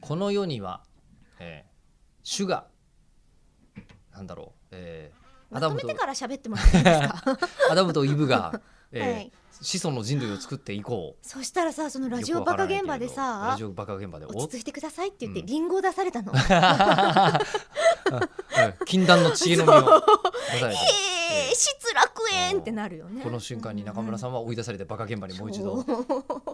この世には、えー、主がなんだろう、えー、まアダとムめとてから喋ってもらっていいです かアダムとイブ が、えーはい子孫の人類を作っていこうそしたらさそのラジオバカ現場でよくわからないさけれどラジオバカ現場で落ち着いてくださいって言ってうんリンゴを出された の、お禁断の知恵の実を出されてえー、失楽園ってなるよねこの瞬間に中村さんんは追い出されてバカ現場にもう一度、度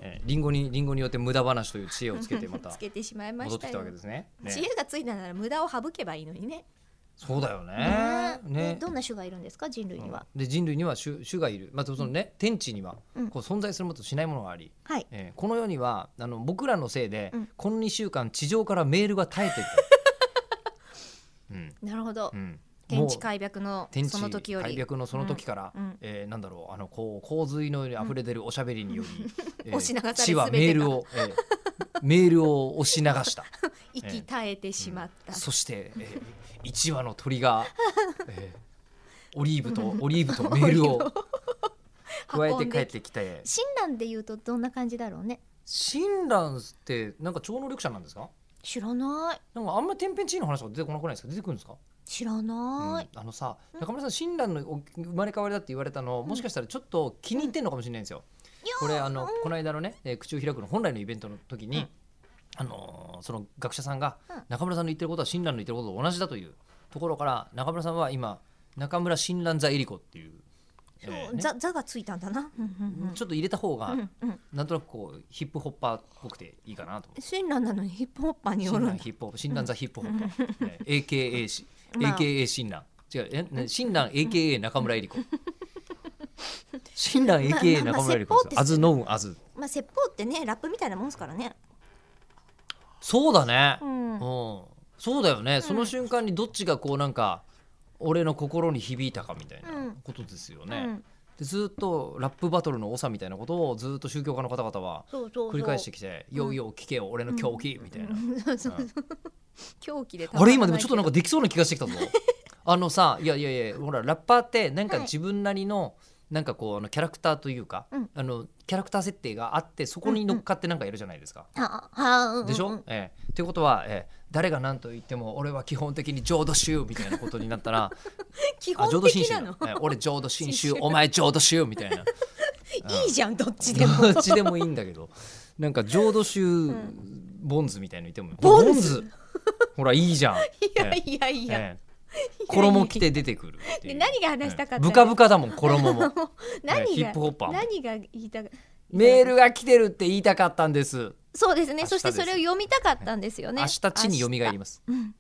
えー、リンゴにリンゴによって無駄話という知恵をつけてまたつけてしまいま戻っしてたきたわよけですねね知恵がついたなら無駄を省けばいいのにね。そうだよねねねどんな種がいるんですか人類には。で人類には種種がいる、まあ、そのね、天地にはうんこう存在するものとしないものがあり、はい。えーこの世にはあの僕らのせいで、うんこの2週間地上からメールが 絶えてた、うんなるほどう。ん、天地もう開闢の天地その時よ開り。闢のその時から、うんうんえーなんだろうあのこう洪水のように溢れ出るおしゃべりにより、えー 押し流され地はメールを、えーメールを押し流 した息絶えてしまった。そして、えー、1羽の鳥が、えーオリーブ とオリーブとメールを加えて帰ってきて親鸞で言うとどんな感じだろうね。親鸞ってなんか超能力者なんですか知らない。なんかあんまり天変地異の話が出てこなくないですか出てくるんですか、知らない。うんあのさうん中村さん親鸞のお生まれ変わりだって言われたのもしかしたらちょっと気に入ってんのかもしれないんですよ。これあのこの間のね、えー口を開くの本来のイベントの時に、うんあのーその学者さんがうん中村さんの言ってることは親鸞の言ってることと同じだというところから中村さんは今中村親鸞座エリコっていう、えそうーねざざがついたんだな。うんうんうんちょっと入れた方がうんうんなんとなくこうヒップホッパーっぽくていいかなと思って。親鸞なのにヒップホッパーによ親るん鸞だ。ヒップホッパー、親鸞ザヒップホッパー、ね AKA し、まあ AKA 親鸞。違う、え、ね、親鸞 AKA 中村江里子。親鸞 AKA 中村江里まあまあまあ子ですよ。as known as。まあ説法ってねラップみたいなもんですからね。そうだねう。ん。うんうん。そうだよね。その瞬間にどっちがこうなんか俺の心に響いたかみたいなうんことですよね。でずっとラップバトルの長みたいなことをずっと宗教家の方々はそうそうそう。繰り返してきて、よいよ聞けよ俺の狂気みたいな。うん。そうそうそう。狂気で。あれ今でもちょっとなんか。できそうな気がしてきたぞ あのさいやいやいやほらラッパーってなんかはい自分なりの、なんかこうあのキャラクターというか、うんあのキャラクター設定があってそこに乗っかってなんかやるじゃないですか。ああ、うんうんうんでしょ、ええということは、ええ誰が何と言っても俺は基本的に浄土宗みたいなことになったら 基あ浄本土真的宗なだえの。え俺浄土真 真宗宗お前浄土宗みた いないいじゃん、どっちでも。 どっちでもいいんだけどなんか浄土宗、ボンズみたいのいてもボンズほらいいじゃん。 いやいやいや。ええ 衣着て出てくるっていでう何が話したかったブカブカだもん衣 も何がヒップホッパーも何が言いたかメールが来てるって言いたかったんですそうで明すね日ですそしてそれを読みたかったんですよね明日地に蘇明り日ますうん